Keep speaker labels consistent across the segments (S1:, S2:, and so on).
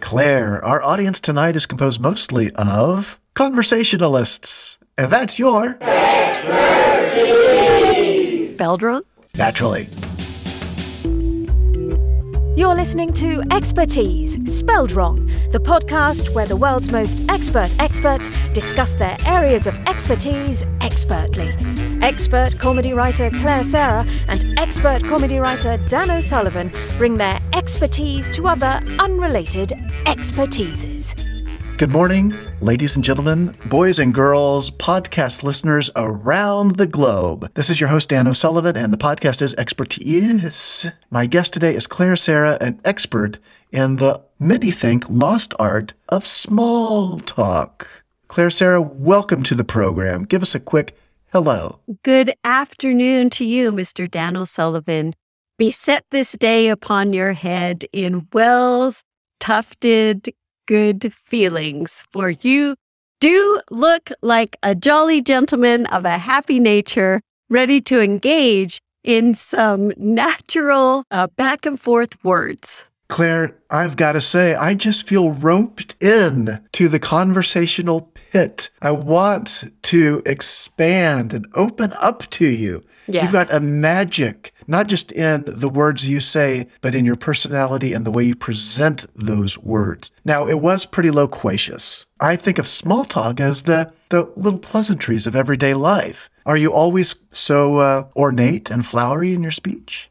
S1: Claire, our audience tonight is composed mostly of conversationalists. And that's your
S2: Spelled wrong?
S1: naturally.
S3: You're listening to Expertise, spelled wrong, the podcast where the world's most expert experts discuss their areas of expertise expertly. Expert comedy writer Claire Sarah and expert comedy writer Dan O'Sullivan bring their expertise to other unrelated expertises.
S1: Good morning, ladies and gentlemen, boys and girls, podcast listeners around the globe. This is your host, Dan O'Sullivan, and the podcast is Expertise. My guest today is Claire Sarah, an expert in the many think lost art of small talk. Claire Sarah, welcome to the program. Give us a quick hello.
S2: Good afternoon to you, Mr. Dan O'Sullivan. Beset this day upon your head in well tufted good feelings, for you do look like a jolly gentleman of a happy nature, ready to engage in some natural uh, back and forth words.
S1: Claire, I've got to say, I just feel roped in to the conversational pit. I want to expand and open up to you.
S2: Yes.
S1: You've got a magic, not just in the words you say, but in your personality and the way you present those words. Now, it was pretty loquacious. I think of small talk as the, the little pleasantries of everyday life. Are you always so uh, ornate and flowery in your speech?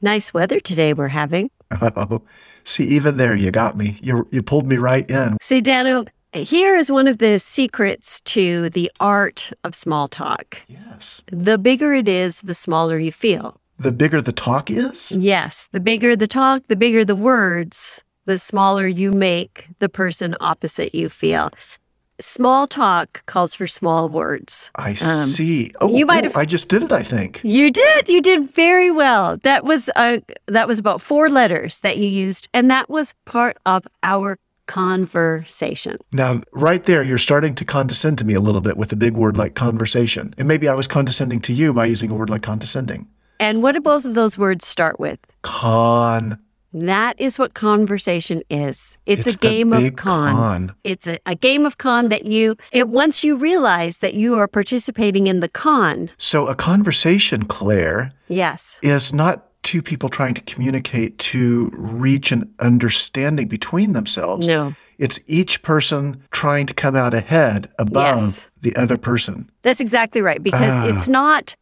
S2: Nice weather today we're having.
S1: Oh, see, even there, you got me. You you pulled me right in.
S2: See, Dano, here is one of the secrets to the art of small talk.
S1: Yes.
S2: The bigger it is, the smaller you feel.
S1: The bigger the talk is,
S2: Yes, the bigger the talk, the bigger the words, the smaller you make the person opposite you feel. Small talk calls for small words.
S1: I see. Oh,
S2: Um, you might
S1: oh,
S2: have-
S1: I just did it. I think.
S2: You did. You did very well. That was uh, that was about four letters that you used, and that was part of our conversation.
S1: Now, right there, you're starting to condescend to me a little bit with a big word like conversation, and maybe I was condescending to you by using a word like condescending.
S2: And what do both of those words start with?
S1: Con.
S2: That is what conversation is. It's, a
S1: the
S2: game of
S1: big
S2: con. It's a, a game of con that you, it, once you realize that you are participating in the con,
S1: So a conversation, Claire,
S2: yes,
S1: is not two people trying to communicate to reach an understanding between themselves.
S2: no,
S1: It's each person trying to come out ahead above
S2: Yes.
S1: the other person.
S2: that's exactly right. Because
S1: Ah.
S2: it's not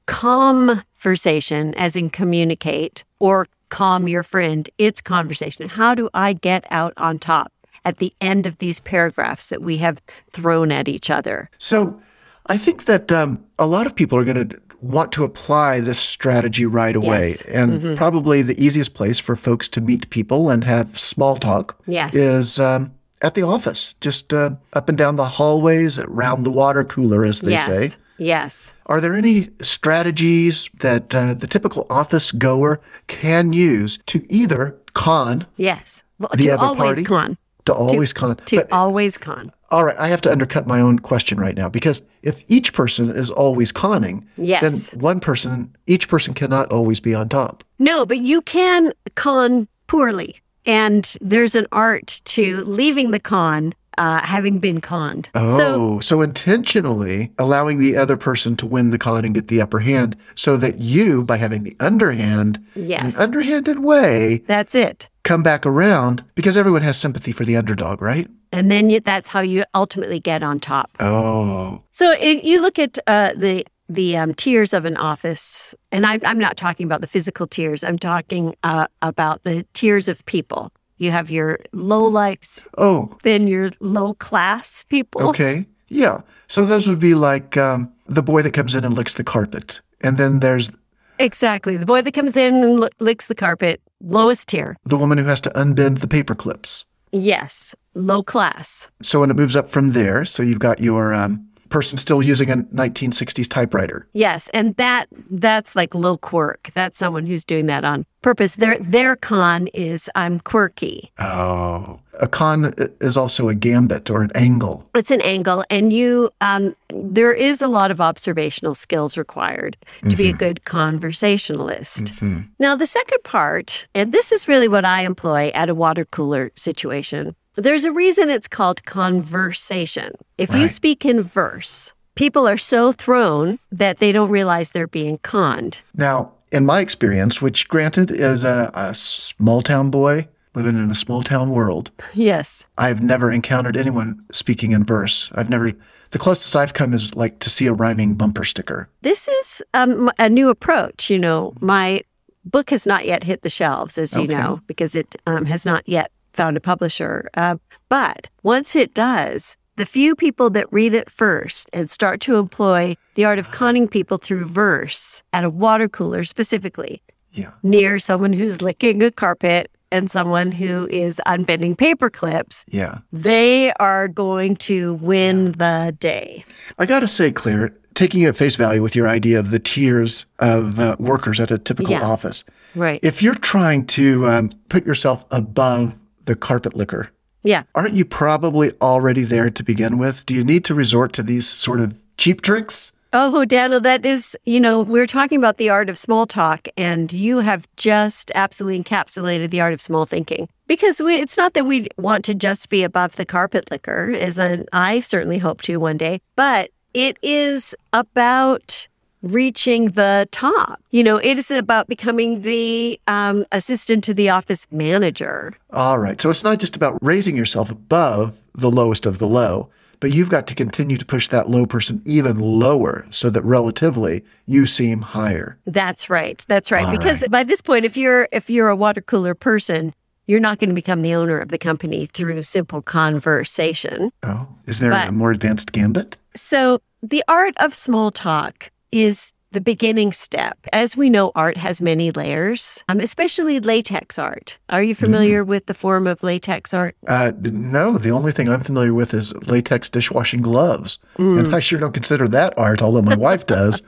S2: conversation, as in communicate or calm your friend, it's conversation. How do I get out on top? At the end of these paragraphs that we have thrown at each other.
S1: So I think that um, a lot of people are going to want to apply this strategy right away.
S2: Yes. Mm-hmm.
S1: And probably the easiest place for folks to meet people and have small talk
S2: Yes.
S1: is um, at the office, just uh, up and down the hallways, around the water cooler, as they
S2: yes.
S1: say.
S2: Yes.
S1: Are there any strategies that uh, the typical office goer can use to either con,
S2: Yes. Well,
S1: The
S2: to
S1: other
S2: always
S1: party?
S2: con.
S1: to always con,
S2: To
S1: but uh,
S2: always con.
S1: All right, I have to undercut my own question right now because if each person is always conning,
S2: Yes.
S1: then one person, each person cannot always be on top.
S2: No, but you can con poorly. And there's an art to leaving the con uh, having been conned.
S1: Oh,
S2: So,
S1: so, intentionally allowing the other person to win the con and get the upper hand so that you, by having the underhand,
S2: yes,
S1: in an underhanded way,
S2: that's it.
S1: come back around because everyone has sympathy for the underdog, right?
S2: And then you, that's how you ultimately get on top.
S1: Oh,
S2: So it, you look at uh, the the um, tiers of an office, and I, I'm not talking about the physical tiers. I'm talking uh, about the tiers of people. You have your low lives,
S1: oh,
S2: then your low class people.
S1: okay. Yeah. So those would be like um, the boy that comes in and licks the carpet. And then there's
S2: Exactly. The boy that comes in and l- licks the carpet, lowest tier.
S1: the woman who has to unbend the paper clips.
S2: Yes, low class.
S1: So when it moves up from there, so you've got your um, person still using a 1960s typewriter.
S2: Yes, and that that's like low quirk. That's someone who's doing that on purpose. Their their con is I'm quirky.
S1: Oh. A con i- is also a gambit or an angle.
S2: It's an angle, and you um, there is a lot of observational skills required to be a good conversationalist. Now, the second part, and this is really what I employ at a water cooler situation. There's a reason it's called conversation. If you
S1: Right.
S2: speak in verse, people are so thrown that they don't realize they're being conned.
S1: Now, in my experience, which granted is a, a small town boy living in a small town world,
S2: Yes.
S1: I've never encountered anyone speaking in verse. I've never, the closest I've come is like to see a rhyming bumper sticker.
S2: This is um, a new approach. You know, my book has not yet hit the shelves, as you
S1: Okay.
S2: know, because it um, has not yet found a publisher. Uh, but once it does, the few people that read it first and start to employ the art of conning people through verse at a water cooler specifically,
S1: Yeah.
S2: near someone who's licking a carpet and someone who is unbending paper clips,
S1: Yeah.
S2: they are going to win the day.
S1: I got to say, Claire, taking it at face value with your idea of the tiers of uh, workers at a typical
S2: Yeah.
S1: office,
S2: Right.
S1: if you're trying to um, put yourself above the carpet licker,
S2: yeah.
S1: aren't you probably already there to begin with? Do you need to resort to these sort of cheap tricks?
S2: Oh, Daniel, that is, you know, we're talking about the art of small talk, and you have just absolutely encapsulated the art of small thinking. Because we, it's not that we want to just be above the carpet licker, as I, I certainly hope to one day, but it is about reaching the top. You know, it is about becoming the um, assistant to the office manager.
S1: All right. So it's not just about raising yourself above the lowest of the low, but you've got to continue to push that low person even lower so that relatively you seem higher.
S2: That's right. That's right.
S1: All
S2: because by this point, if you're if you're a water cooler person, you're not going to become the owner of the company through simple conversation.
S1: Oh, is there a
S2: But-
S1: more advanced gambit?
S2: So the art of small talk is the beginning step. As we know, art has many layers, um, especially latex art. Are you familiar with the form of latex art?
S1: Uh, no, the only thing I'm familiar with is latex dishwashing gloves. And I sure don't consider that art, although my wife does.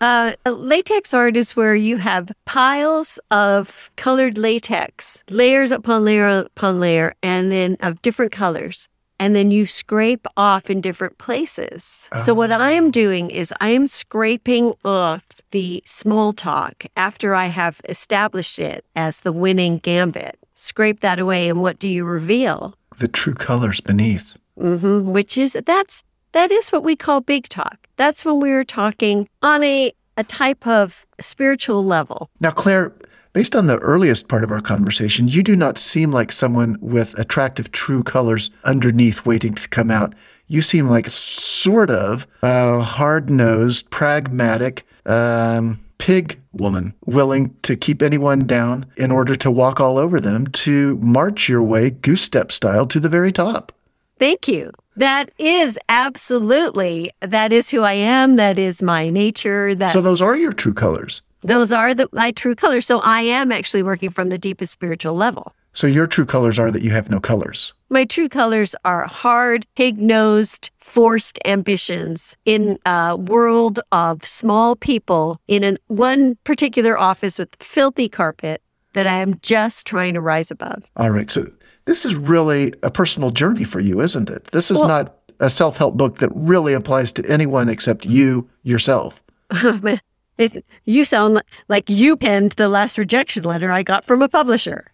S2: Uh, latex art is where you have piles of colored latex, layers upon layer upon layer, and then of different colors. And then you scrape off in different places. So, what I am doing is I am scraping off the small talk after I have established it as the winning gambit. Scrape that away, and what do you reveal?
S1: The true colors beneath. Mm-hmm.
S2: hmm which is that's that is what we call big talk. That's when we're talking on a a type of spiritual level.
S1: Now, Claire, based on the earliest part of our conversation, you do not seem like someone with attractive true colors underneath waiting to come out. You seem like sort of a hard nosed, pragmatic, um, pig woman willing to keep anyone down in order to walk all over them to march your way goose step style to the very top.
S2: Thank you. That is absolutely that is who I am. That is my nature. That
S1: So, those are your true colors.
S2: those are the, my true colors. So I am actually working from the deepest spiritual level.
S1: So, your true colors are that you have no colors.
S2: My true colors are hard, pig nosed, forced ambitions in a world of small people in an, one particular office with filthy carpet that I am just trying to rise above.
S1: All right. So this is really a personal journey for you, isn't it? This is
S2: Well-
S1: not a self help book that really applies to anyone except you yourself.
S2: It- you sound li- like you penned the last rejection letter I got from a publisher.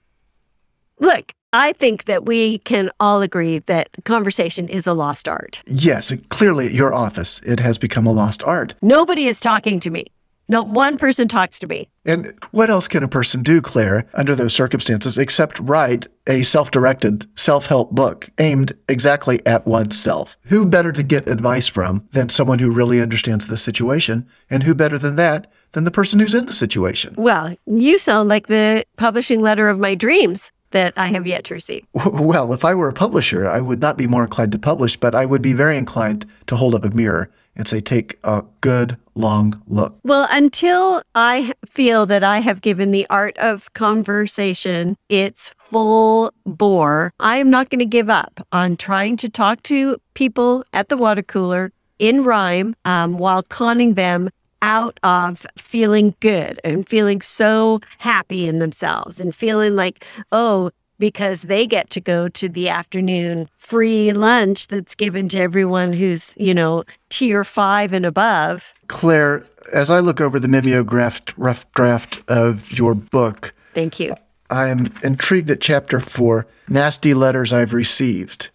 S2: Look, I think that we can all agree that conversation is a lost art.
S1: Yes, clearly at your office, it has become a lost art.
S2: Nobody is talking to me. Not one person talks to me.
S1: And what else can a person do, Claire, under those circumstances, except write a self directed, self help book aimed exactly at oneself? Who better to get advice from than someone who really understands the situation? And who better than that than the person who's in the situation?
S2: Well, you sound like the publishing letter of my dreams that I have yet to receive.
S1: Well, if I were a publisher, I would not be more inclined to publish, but I would be very inclined to hold up a mirror and say, take a good long look.
S2: Well, until I feel that I have given the art of conversation its full bore. I am not going to give up on trying to talk to people at the water cooler in rhyme um, while conning them out of feeling good and feeling so happy in themselves and feeling like, oh, because they get to go to the afternoon free lunch that's given to everyone who's, you know, tier five and above.
S1: Claire, as I look over the mimeographed rough draft of your book,
S2: Thank you.
S1: I am intrigued at chapter four Nasty Letters I've Received.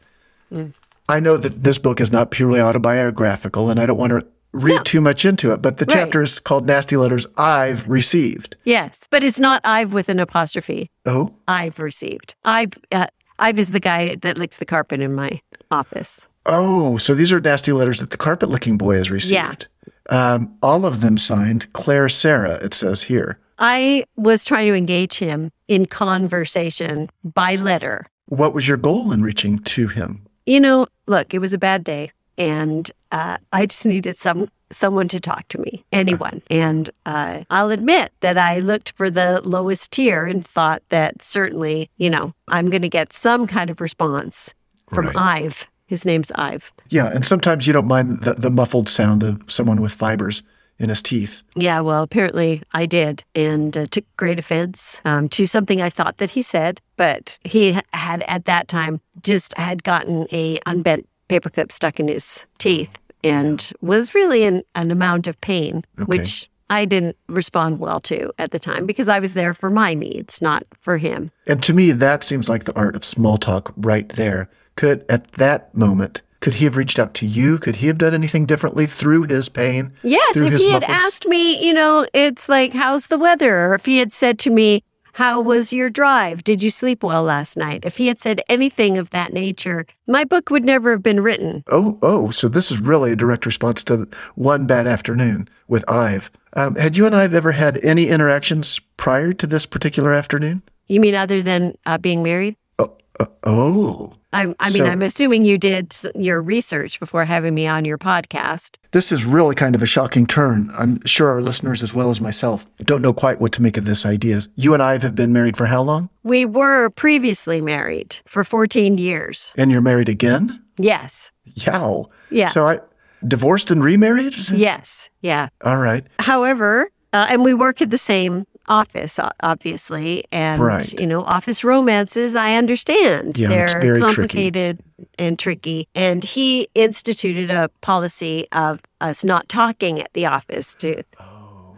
S1: I know that this book is not purely autobiographical, and I don't want to read too much into it, but the
S2: Right.
S1: chapter is called Nasty Letters I've Received.
S2: Yes. But it's not I've with an apostrophe.
S1: Oh,
S2: I've received. I've, uh, I've is the guy that licks the carpet in my office.
S1: oh, so these are nasty letters that the carpet licking boy has received. Um, all of them signed Claire Sarah, it says here.
S2: I was trying to engage him in conversation by letter.
S1: What was your goal in reaching to him?
S2: You know, look, it was a bad day, and uh, I just needed some someone to talk to me, anyone. And uh, I'll admit that I looked for the lowest tier and thought that certainly, you know, I'm going to get some kind of response from
S1: Right.
S2: Ive. His name's Ive.
S1: Yeah, and sometimes you don't mind the, the muffled sound of someone with fibers in his teeth.
S2: Yeah, well, apparently I did and uh, took great offense um, to something I thought that he said, but he had at that time just had gotten a unbent paperclip stuck in his teeth and was really in an amount of pain, which I didn't respond well to at the time because I was there for my needs, not for him.
S1: And to me, that seems like the art of small talk right there. Could, at that moment, could he have reached out to you? Could he have done anything differently through his pain?
S2: Yes,
S1: through
S2: if
S1: his
S2: he had
S1: muffled s-
S2: asked me, you know, it's like, how's the weather? Or if he had said to me, how was your drive? Did you sleep well last night? If he had said anything of that nature, my book would never have been written.
S1: Oh, oh, so this is really a direct response to one bad afternoon with Ive. Um, had you and Ive ever had any interactions prior to this particular afternoon?
S2: You mean other than uh, being married?
S1: Uh, oh,
S2: I, I mean,
S1: So-
S2: I'm assuming you did s- your research before having me on your podcast.
S1: this is really kind of a shocking turn. I'm sure our listeners, as well as myself, don't know quite what to make of this idea. You and Ive have been married for how long?
S2: We were previously married for 14 years.
S1: And you're married again?
S2: Yes.
S1: Yow.
S2: Yeah.
S1: So I divorced and remarried?
S2: Yes. Yeah.
S1: All right.
S2: However, uh, and we work at the same office, o- obviously, and
S1: Right.
S2: you know, office romances. I understand
S1: Yeah,
S2: they're
S1: it's very tricky.
S2: complicated and tricky. And he instituted a policy of us not talking at the office. To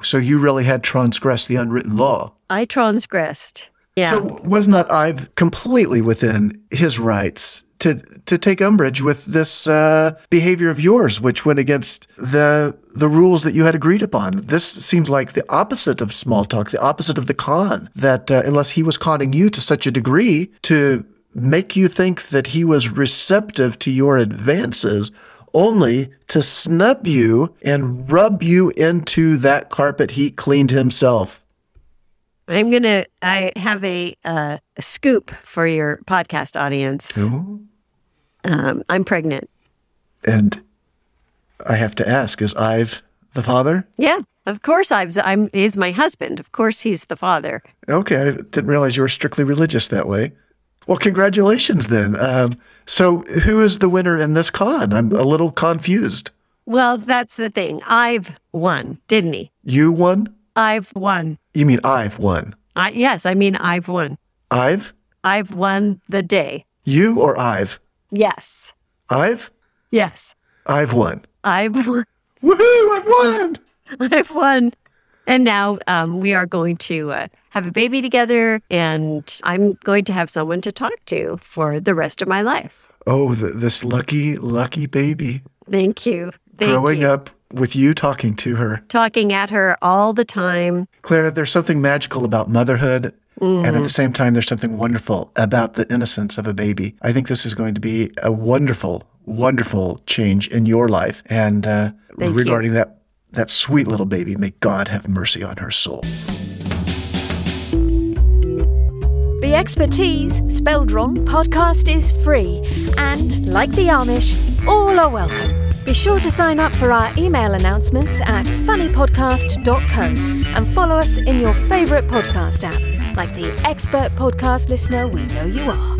S1: So you really had transgressed the unwritten law.
S2: I transgressed. Yeah.
S1: So was not Ive completely within his rights to to take umbrage with this uh, behavior of yours, which went against the the rules that you had agreed upon? This seems like the opposite of small talk, the opposite of the con. That uh, unless he was conning you to such a degree to make you think that he was receptive to your advances. Only to snub you and rub you into that carpet he cleaned himself.
S2: I'm gonna. I have a, uh, a scoop for your podcast audience. Um, I'm pregnant.
S1: And I have to ask, is Ive the father?
S2: Yeah, of course. I was, I'm. He's my husband. Of course, he's the father.
S1: Okay, I didn't realize you were strictly religious that way. Well, congratulations then. Um, so, who is the winner in this con? I'm a little confused.
S2: Well, that's the thing. I've won, didn't he?
S1: You won?
S2: I've won.
S1: You mean I've won?
S2: I, yes, I mean, I've won.
S1: I've?
S2: I've won the day.
S1: You or I've?
S2: Yes.
S1: I've?
S2: Yes.
S1: I've won.
S2: I've won.
S1: Woohoo! I've won!
S2: I've won. And now um, we are going to uh, have a baby together, and I'm going to have someone to talk to for the rest of my life.
S1: Oh, th- this lucky, lucky baby
S2: Thank you. Thank
S1: growing
S2: you.
S1: up with you talking to her.
S2: Talking at her all the time.
S1: Clara, there's something magical about motherhood. And at the same time, there's something wonderful about the innocence of a baby. I think this is going to be a wonderful, wonderful change in your life. And uh,
S2: Thank you.
S1: regarding that, that sweet little baby, may God have mercy on her soul.
S3: The Expertise Spelled Wrong podcast is free, and like the Amish, all are welcome. Be sure to sign up for our email announcements at funnypodcast.co and follow us in your favourite podcast app. like the expert podcast listener we know you are.